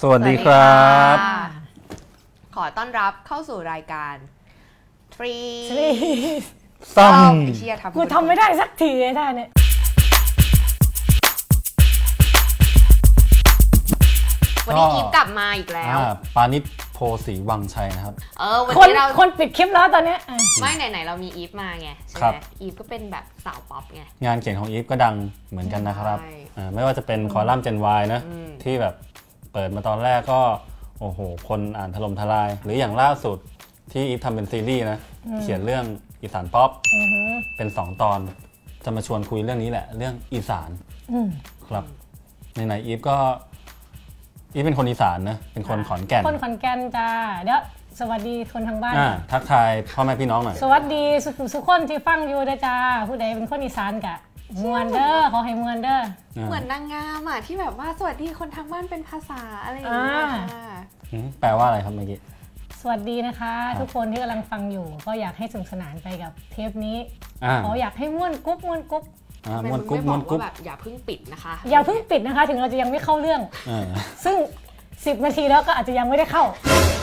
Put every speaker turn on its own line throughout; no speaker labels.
สวัสดีครับ
สวัสดีค่ะ ขอต้อนรับเข้าสู่รายการทรี
ซ่อ
เอ้าม ไอ้เชียทำ
กูทำไม่ได้สักทีไอ้ท่าเนี่ย
วันนี้อีฟกลับมาอีกแล้ว
อ่าปานิชโพสีวังชัยนะครับ
เออ วัน
คน
นี้เรา
คนปิดคลิปแล้วตอนเนี้ยอ่ะ
ไม่ไหนๆเรามีอีฟมาไง ใช่
ครั
ไห
บ
มอีฟก็เป็นแบบสาวป๊อปไง
งานเขียนของอีฟก็ดังเหมือนกันนะครับ
ใช่
อ่าไม่ว่าจะเป็นคอลัมน์เจนวายนะ
อืม
ที่แบบเปิดมาตอนแรกก็ โอ้โห คนอ่านถล่มทลาย หรืออย่างล่าสุดที่อีฟทำเป็นซีรีส์นะ เขียนเรื่องอีสานป๊อป
อือหือ
เป็น 2 ตอน จะมาชวนคุยเรื่องนี้แหละ เรื่องอีสาน
อืม
ครับในไหนๆอีฟก็อีฟเป็นคนอีสานนะเป็นคนขอนแก่น
คนขอนแก่นจ้าเดี๋ยวสวัสดีคนทางบ้าน
อ่าทักทายพ่อแม่พี่น้องหน่อย
สวัสดีสุขสุขคนที่ฟังอยู่นะจ้าผู้ใดเป็นคนอีสานกะมวนเด้อขอให้มวนเด้อ
เหมือนนางงามอ่ะที่แบบว่าสวัสดีคนทางบ้านเป็นภาษาอะไรอย่างเงี้ย
อ่า
ค่ะ
อืมแปลว่าอะไรครับเมื่อกี้
สวัสดีนะคะ ทุกคนที่กำลังฟังอยู่ ก็อยากให้สนุกสนานไปกับเทปนี้
อ่า
ขออยากให้ม่วนกุ๊บม่วนกุ๊บ
อ่า
ทำไม
ม้วนก
มึง
รุ๊บ
ไม่บ
ม้
อ
วน
ก
กรุ๊
ว่า
บ
แบบอย่าเพิ่งปิดนะคะ
อย่าเพิ่งปิดนะคะ ถึงเราจะยังไม่เข้าเรื่อง
อ่า
ซึ่ง 10 นาทีแล้วก็อาจจะยังไม่ได้เข้า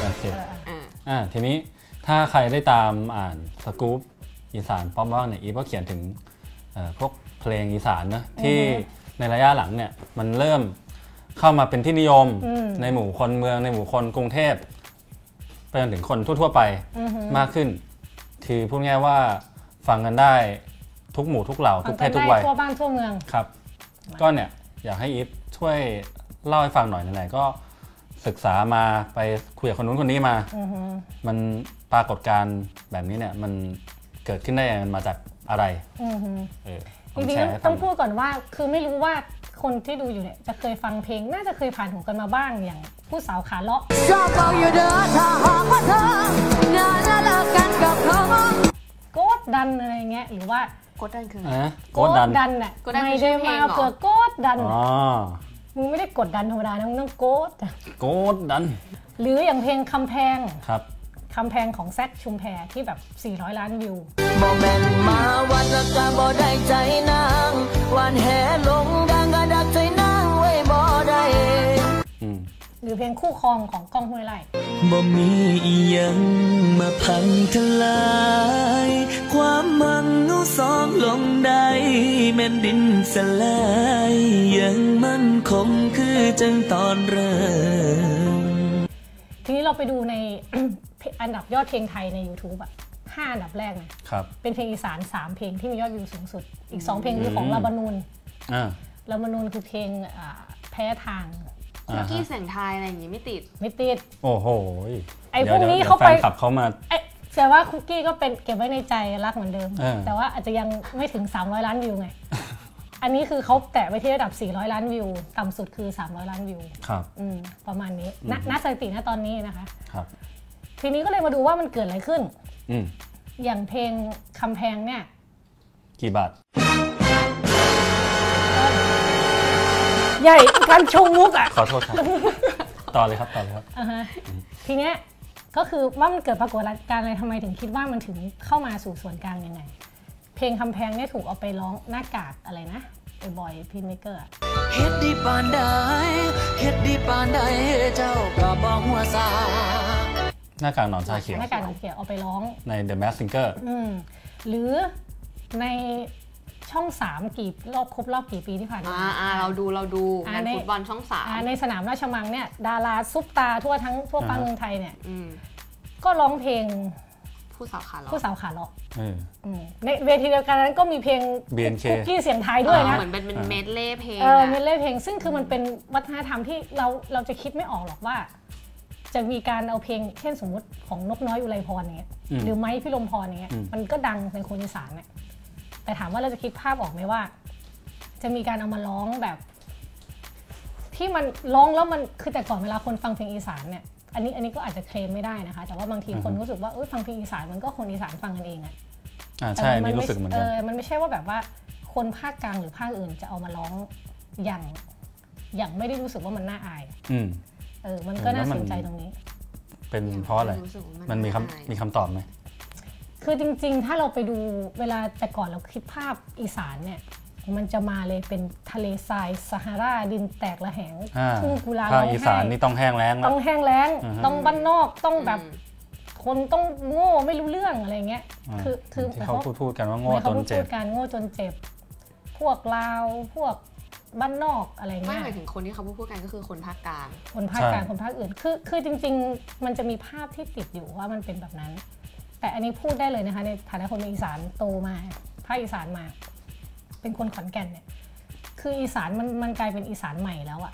โอเค
อ่า
อ่าทีนี้ถ้าใครได้ตามอ่านสกู๊ปอีสานป๊อปบ้างเนี่ยอีฟก็เขียนถึงเอ่อพวกเพลงอีสานนะที่ในระยะหลังเนี่ยมันเริ่มเข้ามาเป็นที่นิยม
อืม
ในหมู่คนเมืองในหมู่คนกรุงเทพไปจนถึงคนทั่ว ๆ ไป
อือหือ
มากขึ้น คือพูดง่ายๆว่าฟังกันได้ทุกหมู่ทุกเหล่า
ฟั
ทุ
ง
กเพ
กัน
ศทุก
ได้
วัย
ทั่วบ้านทั่วเมือง
ครับ ก็เนี่ย อยากให้อีฟช่วยเล่าให้ฟังหน่อยไหนๆก็ศึกษามาไปคุยกับคนนู้นคนนี้มา
อือฮึ
มันปรากฏการณ์แบบนี้เนี่ย มันเกิดขึ้นได้ยังไงมันมาจากอะไร
อือฮึ
เออผ
จ
ม
ริง
แชร์ให้
ๆ
ฟั
ต้
ง
องพูดก่อนว่า คือไม่รู้ว่าคนที่ดูอยู่เนี่ยจะเคยฟังเพลง น่าจะเคยผ่านหูกันมาบ้างอย่าง ผู้สาวขาเลาะ
ชอบเอาอยู่เด้อถ้าหากว่าเธอน่าจะเลิกกันกับเขา
โกดดันอะไรเงี้ยหรือว่าก
ดดันคือ
อ่ะโก
โก
ดดัน
นน่ะ
โกดดัน
ไม่
คื
ได้
อชื่อเพล
มาง
เหรอ
เพื่อโกดดัน
อ๋อ
มึงไม่ได้กดดันธรรมดานะมึงต้องโกด
โกดดัน
หรืออย่างเพลงคำแพง
ครับ
คำแพงของแซคชุมแพรที่แบบ 400 ล้านวิว
บ่แม่นมาวันละกะบ่ได้ใจนางวันแหลงดังกะดักใจนางไว้บ่ได้
อืม
หรือเพลงคู่ครองของก้องห้วยไร่
บ่มีอีหยังมาพังทลาย ความมันเงาสองลงได้แม่นดินสลายยังมันคงคือจังตอนเริ่ม
ทีนี้เราไปดูใน อันดับยอดเพลงไทยใน YouTube อะห้าอันดับแรกนะ
ครับ
เป็นเพลงอีสาน 3 เพลงที่มียอดวิวสูงสุด อีก 2 เพลงคือของลาบานูน
อ่า
ลาบานูนคือเพลงอ่าแพ้ทาง
คุ
อ่าก
กี้
ฮะ
เสียงไทายอะไรอย่างงี้ไม่ติด
ไม่ติด
โอ้โห
ไอ้
ดี๋ย
พวกนี้
ดี๋ย
เขา
แฟ
ไป
นขับเขามา
เอ๊ะแต่ว่าคุกกี้ก็เป็นเก็บไว้ในใจรักเหมือนเดิม
เออ
แต่ว่าอาจจะยังไม่ถึง 300 ล้านวิว ไง อันนี้คือเขาแตะไปที่ระดับ 400 ล้านวิว ต่ำสุดคือ 300 ล้านวิว
ครับ
อืมประมาณนี้ณณสถิติณตอนนี้นะคะ
ครับ
ทีนี้ก็เลยมาดูว่ามันเกิดอะไรขึ้น
อืม
อย่างเพลงคำแพงเนี่ย
กี่บาท
ใหญ่การชงมุกอ่ะ
ขอโทษ ครับ ต่อเลยครับ ต่อเลยครับ
อ่าฮะทีเนี้ยก็คือว่ามันเกิดปรากฏการณ์อะไรทำไมถึงคิดว่ามันถึงเข้ามาสู่ส่วนกลางยังไง เพลงคำแพงเนี่ยถูกเอาไปร้องหน้ากากอะไรนะไอ้บอยพีเมเกอร์
เฮ็ดดีปานใดเฮ็ดดีปานใดเจ้าก็บ่หัวซา
หน้ากากหนอนชาเขียว
หน้ากากหนังเขียวเอาไปร้อง
ใน The Mask Singer
อืมหรือในช่องสามกี่รอบครบรอบกี่ปีที่ผ่านมา
อ่าอ่าเราดูเราดู
อ่าง
าน
ใน
ฟุตบอลช่องสาม
อ่าในสนามราชมังเนี่ยดาราซุปตาทั่วทั้งทั่วฟ้าเมืองไทยเนี่ย
อืม
ก็ร้องเพลง
ผู้สาวขาเลาะ
ผู้สาวขาเลาะ
เออ
อืมในเวทีเดียวกันนั้นก็มีเพลง
B&K
คุกกี้เสียงไทยด้วย
อ่า
นะ
เหมือนเป็นเป็น
อ่า
เมดเล่เพลง
เออ
อะ
เมดเล่เพลงซึ่งคือมันเป็นวัฒนธรรมที่เราเราจะคิดไม่ออกหรอกว่า จะมีการเอาเพลงเช่นสมมุติของนกน้อยอุไรพรอย่างเงี้ย
อืม
หรือไม้พิลมพรอย่างเงี้ย
อืม
มันก็ดังในคนอีสานเนี่ยแต่ถามว่าเราจะคิดภาพออกไหมว่า จะมีการเอามาร้องแบบ ที่มันร้องแล้วมันคือแต่ก่อนเวลาคนฟังเพลงอีสานเนี่ยอันนี้อันนี้ก็อาจจะเคลมไม่ได้นะคะ แต่ว่าบางทีคนรู้สึกว่าเอ้ยฟังเพลงอีสานมันก็คนอีสานฟังกันเองอะ
อ่าใช่
แต่
นี่รู้สึกเหมือนกัน
เออ มันไม่ใช่ว่าแบบว่าคนภาคกลางหรือภาคอื่นจะเอามาร้องอย่าง อย่างไม่ได้รู้สึกว่ามันน่าอายอะ
อืม
เออ มันก็
เออแล้
น่าว
มัน
สนใจตรงนี้
เป็นเพราะอะไร
สึกว่า
มันมีค
ได้
ำมีคำตอบไหม
คือจริง ๆ ถ้าเราไปดูเวลาแต่ก่อนเราคิดภาพอีสานเนี่ย มันจะมาเลยเป็นทะเลทรายซาฮาราดินแตกระแหง
อ่า
ทุ่งกุลา
ภา
ร้
ค
อง
อีสา
ไห้
นนี่ต้องแห้งแล้งแล้ว
ต้องแห้งแล้ง
อือฮะ
ต้องบ้านนอกต้องแบบ
อืม
คนต้องโง่ไม่รู้เรื่องอะไรเงี้ย
อ่า
คือคือ
ที่เขา
หมยควม
พูดพูดกันว่า
เห
โง่
มือน
จ
เขา
น
พูด
เจ็บ
การโง่จนเจ็บ พวกลาว พวกบ้านนอกอะไร
ไม่
เงี้ย
หมายถึงคนที่เขาพูดกันก็คือคนภาคกลาง
คนภาคกลาง
ใช่
คนภาคอื่น คือ คือจริง ๆ มันจะมีภาพที่ติดอยู่ว่ามันเป็นแบบนั้น แต่อันนี้พูดได้เลยนะคะ ในฐานะคนเป็นอีสานโตมา ภาคอีสานมา เป็นคนขอนแก่นเนี่ย คืออีสานมัน มันกลายเป็นอีสานใหม่แล้วอะ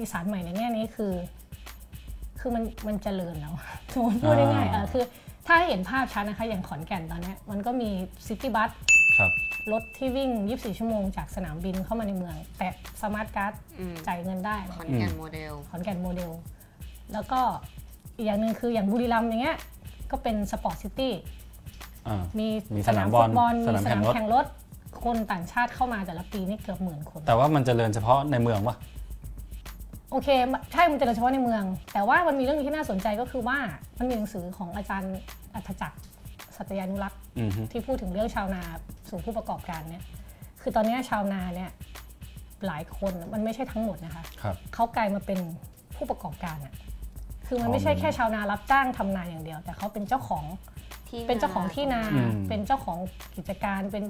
อีสานใหม่ในแง่นี้คือ คือมัน มันเจริญแล้ว อะสมมติพูดง่ายๆเออคือ ถ้าให้เห็นภาพชัดนะคะ อย่างขอนแก่นตอนเนี้ยมันก็มีซิตี้บัส
ครับ
รถที่วิ่ง 24 ชั่วโมงจากสนามบินเข้ามาในเมือง แปะสมาร์ทการ์ด
อืม
จ่ายเงินได้
ขอนแก่นโมเดล
ขอนแก่นโมเดล แล้วก็อีกอย่างหนึ่งคืออย่างบุรีรัมย์อย่างเงี้ยก็เป็นสปอร์ตซิตี้
อ่า
มี
มีสนามบอล
ฟุตบอล
ส
มี
นาม
ส
แข่
นาง ม
รถ
แข่งรถ คนต่างชาติเข้ามาแต่ละปีนี่เกือบหมื่นคน
แต่ว่ามันเจริญเฉพาะในเมืองวะ
โอเคมันใช่มันเจริญเฉพาะในเมือง แต่ว่ามันมีเรื่องหนึงที่น่าสนใจก็คือว่ามันมีหนังสือของอาจารย์อัธจักรสัตยานุรักษ์
อือฮึ
ที่พูดถึงเรื่องชาวนาสู่ผู้ประกอบการเนี่ย คือตอนเนี้ยชาวนาเนี่ยหลายคนมันไม่ใช่ทั้งหมดนะคะ
ครับ
เขากลายมาเป็นผู้ประกอบการอะคือมัน
อ๋อ
ไม่ใช่
มัน
แค่ชาวนารับจ้างทำนาอย่างเดียว แต่เขาเป็นเจ้าของ
ที่
เป็นเจ้าของที่นา
อืม
เป็นเจ้าของกิจการ เป็น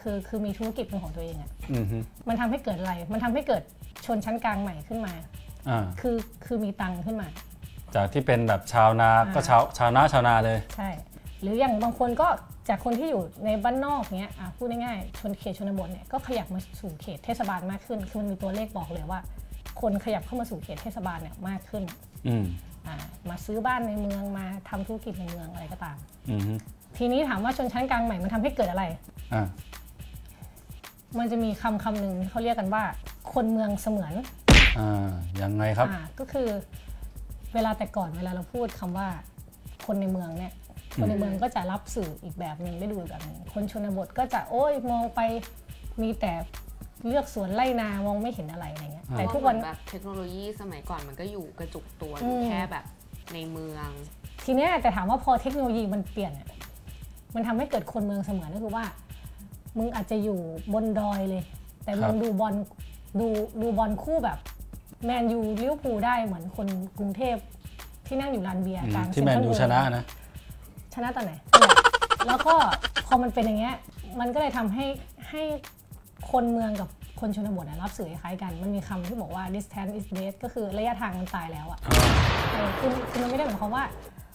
คือ คือมีธุรกิจเป็นของตัวเองอะ
อือฮึ
มันทำให้เกิดอะไร มันทำให้เกิดชนชั้นกลางใหม่ขึ้นมา
อ่า
คือ คือมีตังค์ขึ้นมา
จากที่เป็นแบบชาวนาก็ชาวชาวนาชาวนาเลย
ใช่ หรืออย่างบางคนก็จากคนที่อยู่ในบ้านนอกเนี้ยอ่ะพูดง่ายๆ ชนเขตชนบทเนี่ยก็ขยับมาสู่เขตเทศบาลมากขึ้น คือมันมีตัวเลขบอกเลยว่า คนขยับเข้ามาสู่เขตเทศบาลเนี่ยมากขึ้น
อืม
อ่ามาซื้อบ้านในเมืองมาทำธุรกิจในเมืองอะไรก็ตาม
อือฮึ
ทีนี้ถามว่าชนชั้นกลางใหม่มันทำให้เกิดอะไร
อ่า
มันจะมีคำคำหนึ่งที่เขาเรียกกันว่า คนเมืองเสมือน
อ่ายังไงครับ
อ่าก็คือเวลาแต่ก่อนเวลาเราพูดคำว่าคนในเมืองเนี่ย คนในเมืองก็จะรับสื่ออีกแบบหนึ่งได้ดูอีกแบบหนึ่งคนชนบทก็จะโอ้ยมองไปมีแต่เลือกสวนไร่นามองไม่เห็นอะไรอะไรเงี้ย
อ่า
แต่
แต่
ทุ
ทุ
ก
ก
วั
วัน นแบบเทคโนโลยีสมัยก่อนมันก็อยู่กระจุกตัวอยู่
อืม
แค่แบบในเมือง
ทีเนี้ยแต่ถามว่าพอเทคโนโลยีมันเปลี่ยนอะมันทำให้เกิดคนเมืองเสมือนก็คือว่า มึงอาจจะอยู่บนดอยเลย แต่มึ
ครั
ง
บ
ดูบอลดูดูบอลคู่แบบแมนยูลิเวอร์พูลได้เหมือนคนกรุงเทพที่นั่งอยู่ลานเบียร์
อืม
กลาง
ที่แมน
เซ็
ยู
ทรัล
ช
เวิลด์
นะนะ
ชนะตอนไหน แล้วก็พอมันเป็นอย่างเงี้ย มันก็เลยทำให้ให้คนเมืองกับคนชนบทอะรับสื่อคล้ายกัน มันมีคำที่บอกว่า distance is dead ก็คือระยะทางมันตายแล้วอะเออคือคือมันไม่ได้หมายความว่า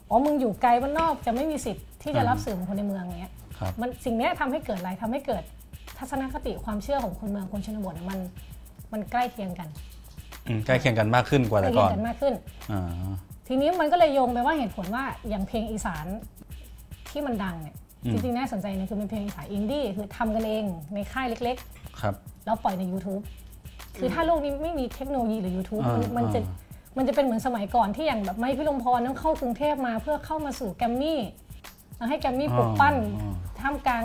อ๋อ มึงอยู่ไกลบ้านนอกจะไม่มีสิทธิ์ที่จะรับสื่อของคนในเมืองอย่างเงี้ย
ครับ
มันสิ่งเนี้ยทำให้เกิดอะไรทำให้เกิดทัศนคติความเชื่อของคนเมืองคนชนบทอะมันมันใกล้เคียงกัน
อืมใกล้เคียงกันมากขึ้นก
ใก
ว่า
ล้
แต่
เคี
ก่
ย
อง น
กันมากขึ้น
อ่า
ทีนี้มันก็เลยโยงไปว่าเหตุผลว่าอย่างเพลงอีสานที่มันดังเนี่ย
อืม
จริงๆน่าสนใจเนี่ยคือเป็นเพลงอีสานอินดี้คือทำกันเองในค่ายเล็ก
ครับ
ๆ แล้วปล่อยใน YouTube คือถ้าโลกนี้ไม่มีเทคโนโลยีหรือ YouTube
อ่ามั
มันมันจะ
อ่า
มันจะเป็นเหมือนสมัยก่อนที่อย่างแบบไม่พิรมพรต้องเข้ากรุงเทพมาเพื่อเข้ามาสู่แกรมมี่แล้วให้แกรมมี่ปลุกปั้นท่ามกลาง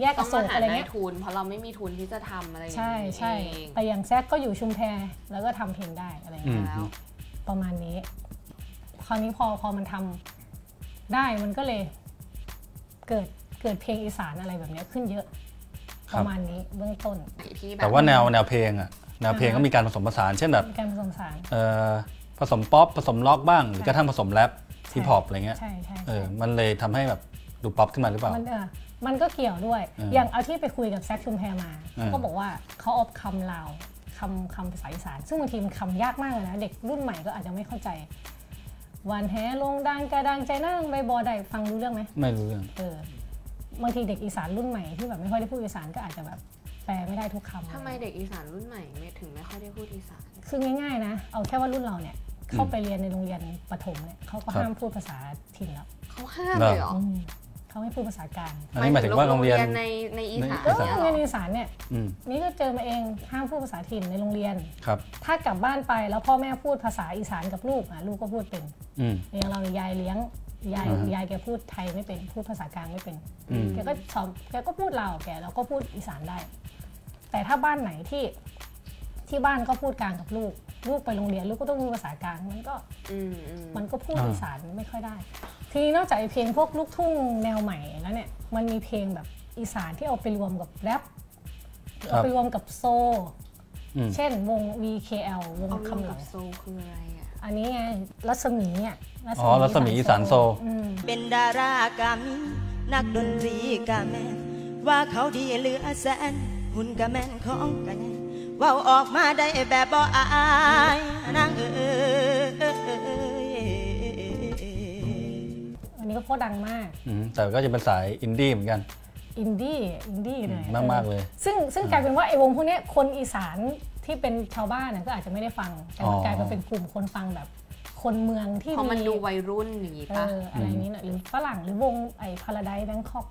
แยกอ
ต้อง
โศ
มาก หา
อะไร
ได้
เงี้ย
ทุน เพราะเราไม่มีทุนที่จะทำอะไรอย่าง
ใช่
นี้
ใช่
เอง
แต่อย่างแซกก็อยู่ชุมแพแล้วก็ทำเพลงได้อะไร
อืม
เงี้ย
แล้ว
ประมาณนี้ คราวนี้พอพอมันทำได้มันก็เลยเกิดเกิดเพลงอีสานอะไรแบบเนี้ยขึ้นเยอะ
ค
ป
รับ
ระมาณนี้เบื้องต้น
ไหนที่บบ
แต่ว่าแนวแนวเพลงอะแนวเพลงก็มีการผสมผสานเช่นแบบ
มีการผสมผสาน
เอ่อผสมป๊อปผสมล็อกบ้าง หรือกระทั่งผสมแรปฮิปฮอปอะไรเงี้ย
ใช่ใช่
เอ
ใช่
อ มันเลยทำให้แบบดูป๊อปขึ้นมาหรือเปล่า
มันเออมันก็เกี่ยวด้วย
เออ
อ
อย่าง
เอาที่ไปคุยกับแซคชุมแพมา
เออ
เขาก็บอกว่าเขาเอาคำลาวคำคำภาษาอีสาน ซึ่งบางทีมันคำยากมากเลยนะ เด็กรุ่นใหม่ก็อาจจะไม่เข้าใจหวานแหลงดังกระดังใจนั่งใบบอได้ฟังรู้เรื่องไหม
ไม่รู้เรื่อง
เออบางทีเด็กอีสานรุ่นใหม่ที่แบบไม่ค่อยได้พูดอีสานก็อาจจะแบบแปลไม่ได้ทุกคำ
ทำไมเด็กอีสานรุ่นใหม่ไม่ถึงไม่ค่อยได้พูดอีสาน
คือง่ายๆนะ เอาแค่ว่ารุ่นเราเนี่ยเข้าไปเรียนในโรงเรียนประถมเนี่ยเขาก็
ครับ
ห้ามพูดภาษาถิ่นแล้ว
เขาห้ามเลยเหรอ
อืมเขาไม่พูดภาษากลาง
อันนี้หมายถึงว่าโรงเรียน
ในในอีสาน
ใน
ก็
ภ อี ษ
โรงเรียนอีสานเนี่ย
อืม
นี่ก็เจอมาเองห้ามพูดภาษาถิ่นในโรงเรียน
ครับ
ถ้ากลับบ้านไปแล้วพ่อแม่พูดภาษาอีสานกับลูกอ่ะลูกก็พูดเป็น
อืม
อย่างเราเนี่ยยายเลี้ยงยาย
อ่าฮะ
ยายแกพูดไทยไม่เป็นพูดภาษากลางไม่เป็น
อืม
แกก็สอนแกก็พูดลาวแกแล้วก็พูดอีสานได้ แต่ถ้าบ้านไหนที่ที่บ้านก็พูดกลางกับลูก ลูกไปโรงเรียนลูกก็ต้องพูดภาษากลางมันก็
อืมอืม
มันก็พูด
อ่า
อีสานไม่ค่อยได้ ทีนี้นอกจากไอ้เพลงพวกลูกทุ่งแนวใหม่แล้วเนี่ยมันมีเพลงแบบอีสานที่เอาไปรวมกับแรป
ครั
เอา
บ
ไปรวมกับโซ
อืม
เช่นวง VKL วง
เอารวม
คำเห
กั
ลา
บโซลคืออะไรอ่ะ
อันนี้ไงรัศมีอ่ะ
อ๋อรัศมีอีสานโซ
อืม
เป็นดารากามินนักดนตรีกาแมนว่าเขาดีเหลือแสนหุ่นกาแมนของกันแน่เว่าออกมาได้แบบบ่อายนางเอ๋ย
อันนี้ก็เพราะดังมาก
อืมแต่ก็จะเป็นสายอินดี้เหมือนกัน
อินดี้อินดี้เลย
มากมากๆเลย
ซึ่งซึ่งกลายเป็นว่าไอ้วงพวกเนี้ยคนอีสานที่เป็นชาวบ้านน่ะก็อาจจะไม่ได้ฟัง แต่มัน
อ๋อ
กลายมาเป็นกลุ่มคนฟังแบบ คนเมืองที่
เพราะมันดูวัยรุ่นอย่างงี้
เอ
ปะ
ออะไรนี้หน่อยหรือฝรั่งหรือวงไอ้พาราไดแบงคอก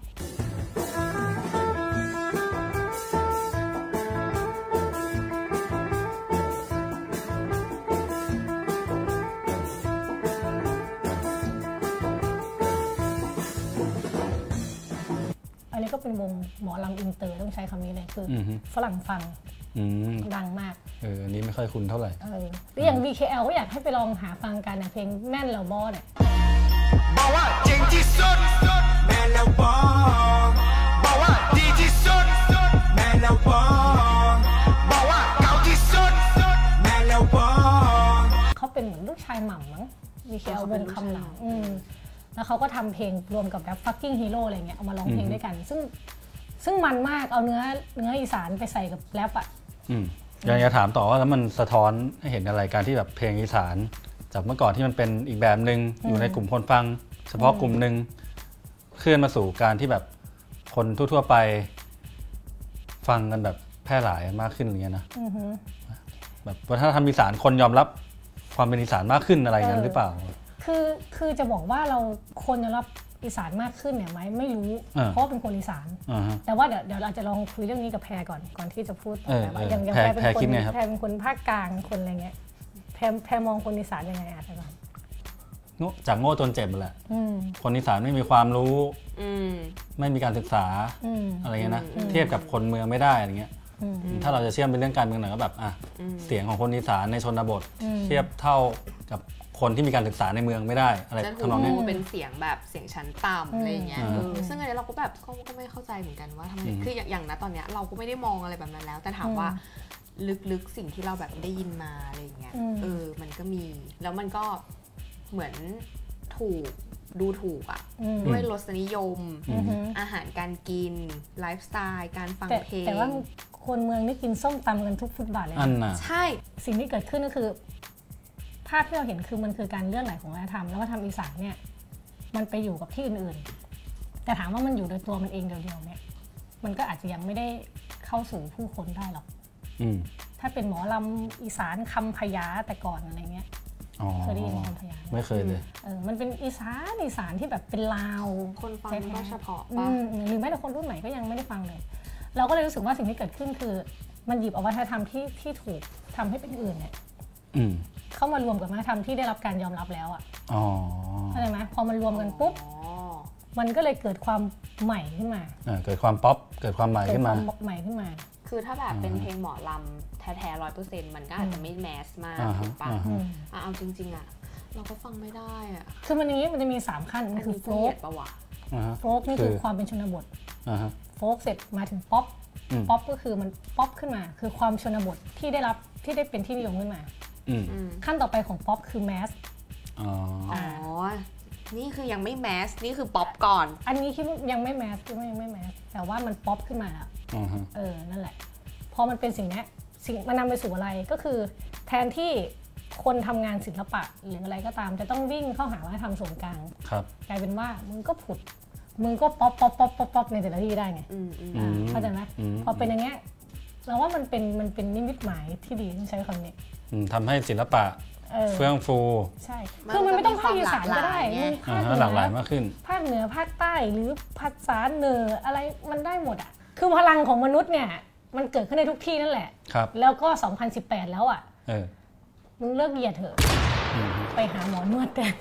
อันนี้ก็เป็นวงหมอลำอินเตอร์ต้องใช้คำนี้เลยคืออ
อฮึ
ฝรั่งฟัง
อืม
ดังมาก
เอออันนี้ไม่ค่อยคุ้นเท่าไหร่
เออหรืออย่าง VKL ก็อยากให้ไปลองหาฟังกันนะเพลงแม่นเหล่าบอเนี่ย
บอกว่าเจ๋งที่สุดแม่เราบอกบอกว่าดีที่สุดแม่เราบอกบอกว่าเก่าที่สุดแม่เราบอก
เขาเป็นเหมือนลูกชายหม่ำมั้ง มีเค
อ๋อ
ล
เขา
ว
เป็น
ง
ลูกชาย
คำหลังอืมแล้วเขาก็ทำเพลงรวมกับแรป fucking hero อะไรเงี้ย เอามาร้องเพลง
อืม
ด้วยกัน ซึ่งซึ่งมันมาก เอาเนื้อเนื้ออีสานไปใส่กับแรปอ่ะ
อืมอยากจะถามต่อว่าแล้วมันสะท้อนให้เห็นอะไรการที่แบบเพลงอีสาน จากเมื่อก่อนที่มันเป็นอีกแบบหนึ่งอยู่ในกลุ่มคนฟัง เฉพาะกลุ่มหนึ่งเคลื่อนมาสู่การที่แบบคนทั่ว ๆ ไป ฟังกันแบบแพร่หลายมากขึ้นอย่างเงี้ยนะ
อือฮึ
แบบวัฒนธรรมอีสานคนยอมรับความเป็นอีสานมากขึ้นอะไรอย่างนั้นหรือเปล่า
คือคือจะบอกว่าเราคนยอมรับอีสานมากขึ้นเนี่ยไหมไม่รู้
อ่า
เพราะว่าเป็นคนอีสาน
อ่าฮะ
แต่ว่าเดี๋ยวเดี๋ยวเราจะลองคุยเรื่องนี้กับแพรก่อนก่อนที่จะพูด
เออ
แบบว่า
เออ
อย่างอย่าง
แพร
แพรเป็น
แพร
ค
คิด
น
ไงครับ
แพรเป็นคนภาคกลางคนอะไรเงี้ยแพรแพรมองคนอีสานยังไงอ่ะแต่ก่อน
โง่จากโง่จนเจ็บแหละ
อืม
คนอีสานไม่มีความรู้
อืม
ไม่มีการศึกษา
อืม
อะไรเงี้ยนะเทียบกับคนเมืองไม่ได้อะไรเงี้ย
อืม
ถ้าเราจะเชื่อมเป็นเรื่องการเมืองหน่อยก็แบบอ่ะ
อืม
เสียงของคนอีสานในชนบท เทียบเท่ากับคนที่มีการศึกษาในเมืองไม่ได้อะไร
นั่นคื
ทำนอง
อ
เนี้ย
เป็นเสียงแบบเสียงชั้นต่ำอะไรอย่างเงี้ย
อ่า
เออซึ่งอันนี้เราก็แบบก็ก็ไม่เข้าใจเหมือนกันว่าทำไม
อืม
คืออย่างอย่างนะตอนเนี้ยเราก็ไม่ได้มองอะไรแบบนั้นแล้ว แต่ถามว่าลึกๆสิ่งที่เราแบบได้ยินมาอะไรอย่างเงี้ย
อืม
เออมันก็มี แล้วมันก็เหมือนถูกดูถูกอ่ะ
อืม
ด้วยรสนิยม
อืม
อาหารการกิน ไลฟ์สไตล์ การฟัง
แต่
เพลง
แต่ว่าคนเมืองนี่กินส้มตำกันทุกฟุตบาทเลย
อั
นะ
นน่ะ
ใช่
สิ่งที่เกิดขึ้นก็คือ ภาพที่เราเห็นคือมันคือการเลื่อนไหลของวัฒนธรรมแล้ววัฒนธรรมอีสานเนี่ย มันไปอยู่กับที่อื่นๆ แต่ถามว่ามันอยู่โดยตัวมันเองเดียวๆเนี่ย มันก็อาจจะยังไม่ได้เข้าสู่ผู้คนได้หรอก
อืม
ถ้าเป็นหมอลำอีสานคำพยาแต่ก่อนอะไรเงี้ย
อ๋อ
เคยได้ยินคำพยาไหม
ไม่เคยเลย
เออมันเป็นอีสานอีสานที่แบบเป็นลาว
คนฟังก็เฉพาะ
อื
ปะ
มหรือแม้แต่คนรุ่นใหม่ก็ยังไม่ได้ฟังเลย เราก็เลยรู้สึกว่าสิ่งที่เกิดขึ้นคือ มันหยิบเอาวัฒนธรรมที่ที่ถูกทำให้เป็นอื่นเนี่ย
อืม
เข้ามารวมกับวัฒนธรรมที่ได้รับการยอมรับแล้วอ่ะ
อ๋อ
เข้าใจไหมพอมันรวมกันปุ๊บ
อ๋อ
มันก็เลยเกิดความใหม่ขึ้นมา
อ่าเกิดความป๊อปเกิดความใหม่
เกิด
ขึ้น
ค
มา
วามใหม่ขึ้นมา
คือถ้าแบบเป็นเพลงหมอลำแท้ๆร้อยเปอร์เซ็นต์มันก็อาจจะไม่แมสมาก
อ่าฮะ
ถูกปะ
อ่าฮะ
อืม
อ่ะเอาจริง ๆอ่ะ เราก็ฟังไม่ได้อ่ะ
คือมันอย่างนี้มันจะมี 3 ขั้นมันคือโฟ
เกลี
ล์
ย
ก
ดปะวะ
อ่าฮะ
โฟล์กนี่คือความเป็นชนบท
อ่าฮะ
โฟล์กเสร็จมาถึงป๊อป
อืม
ป๊อปก็คือมันป๊อปขึ้นมา คือความชนบทที่ได้รับที่ได้เป็นที่นิยมขึ้นมา
อืม
อืม
ขั้นต่อไปของป๊อปคือแมส
อ๋อ
อ๋อ นี่คือยังไม่แมส นี่คือป๊อปก่อน
อันนี้คิดว่ายังไม่แมสคิดว่ายังไม่แมสแต่ว่ามันป๊อปขึ้นมาแล้ว
อ่าฮะ
เออนั่นแหละ พอมันเป็นสิ่งเนี้ยสิ่งมันนำไปสู่อะไรก็คือ แทนที่คนทำงานศิลปะหรืออะไรก็ตาม จะต้องวิ่งเข้าหาวัฒนธรรมส่วนกลาง
ครับ
กลายเป็นว่ามึงก็ผุดมึงก็ป๊อปป๊อปป๊อปป๊อปป๊อปในแต่ละที่ได้ไง
อืมอืม
อืม
เข้าใจไหม
อืม
พอเป็นอย่างเงี้ยเราว่ามันเป็นมันเป็นนิมิตหมายที่ดีต้องใช้คำนี้
อืมทำให้ศิลปะ
เออ
เฟื่องฟู
ใช่คือมันไม่ต้องภาคอีสานก็ได้มึง
อ่า
ภาค
ฮะ
เห
หลากห
นื
ลาย
อ
มากขึ้น
ภาคเหนือภาคใต้หรือภาษาเหนืออะไรมันได้หมดอ่ะ คือพลังของมนุษย์เนี่ย มันเกิดขึ้นในทุกที่นั่นแหละ
ครับ
แล้วก็ 2018 แล้วอ่ะ
เออ
มึงเลิกเหยียดเถอะ
อืม
ไปหาหมอนวดกัน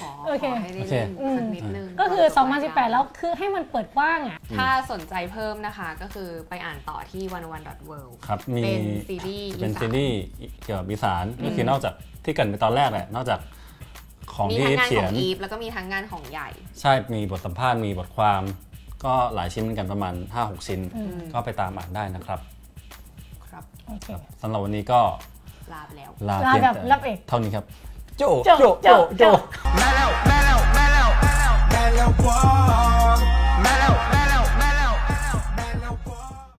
ขอ
โอเค
ขอให้ได้
โอเค
เล่นสักนิดนึง
ก็คือ
ก่นจบ
2018 แล้วคือให้มันเปิดกว้างอ่ะ
ถ้าสนใจเพิ่มนะคะ ก็คือไปอ่านต่อที่วันวันดอทเวิลด์
ครับมี
เป็นซีรีส์
เป็น
อีสา
ซี
น
รีส์เกี่ยวกับอีสานก็คือนอกจากที่เกรินไปตอนแรกแหละ นอกจาก ของ
มี
ที่
ทั้
อีฟ
งงาน
เขี
ขอย ง
น
อีฟแล้วก็มีทั้งงานของใหญ่
ใช่ มีบทสัมภาษณ์ มีบทความ ก็หลายชิ้นเหมือนกันประมาณ 5-6 ชิ้น ก็ไปตามอ่านได้นะครับ
ครับ
โอเค
สำหรับวันนี้ก็
ลาไปแล้ว
ลา
ลา
เพียง
แบบ
แต่
ลับเอก
เท่านี้ครับ
โจโจโจโจ
แม่แล้วแม่แล้วแม่แล้วแม่แล้วบอ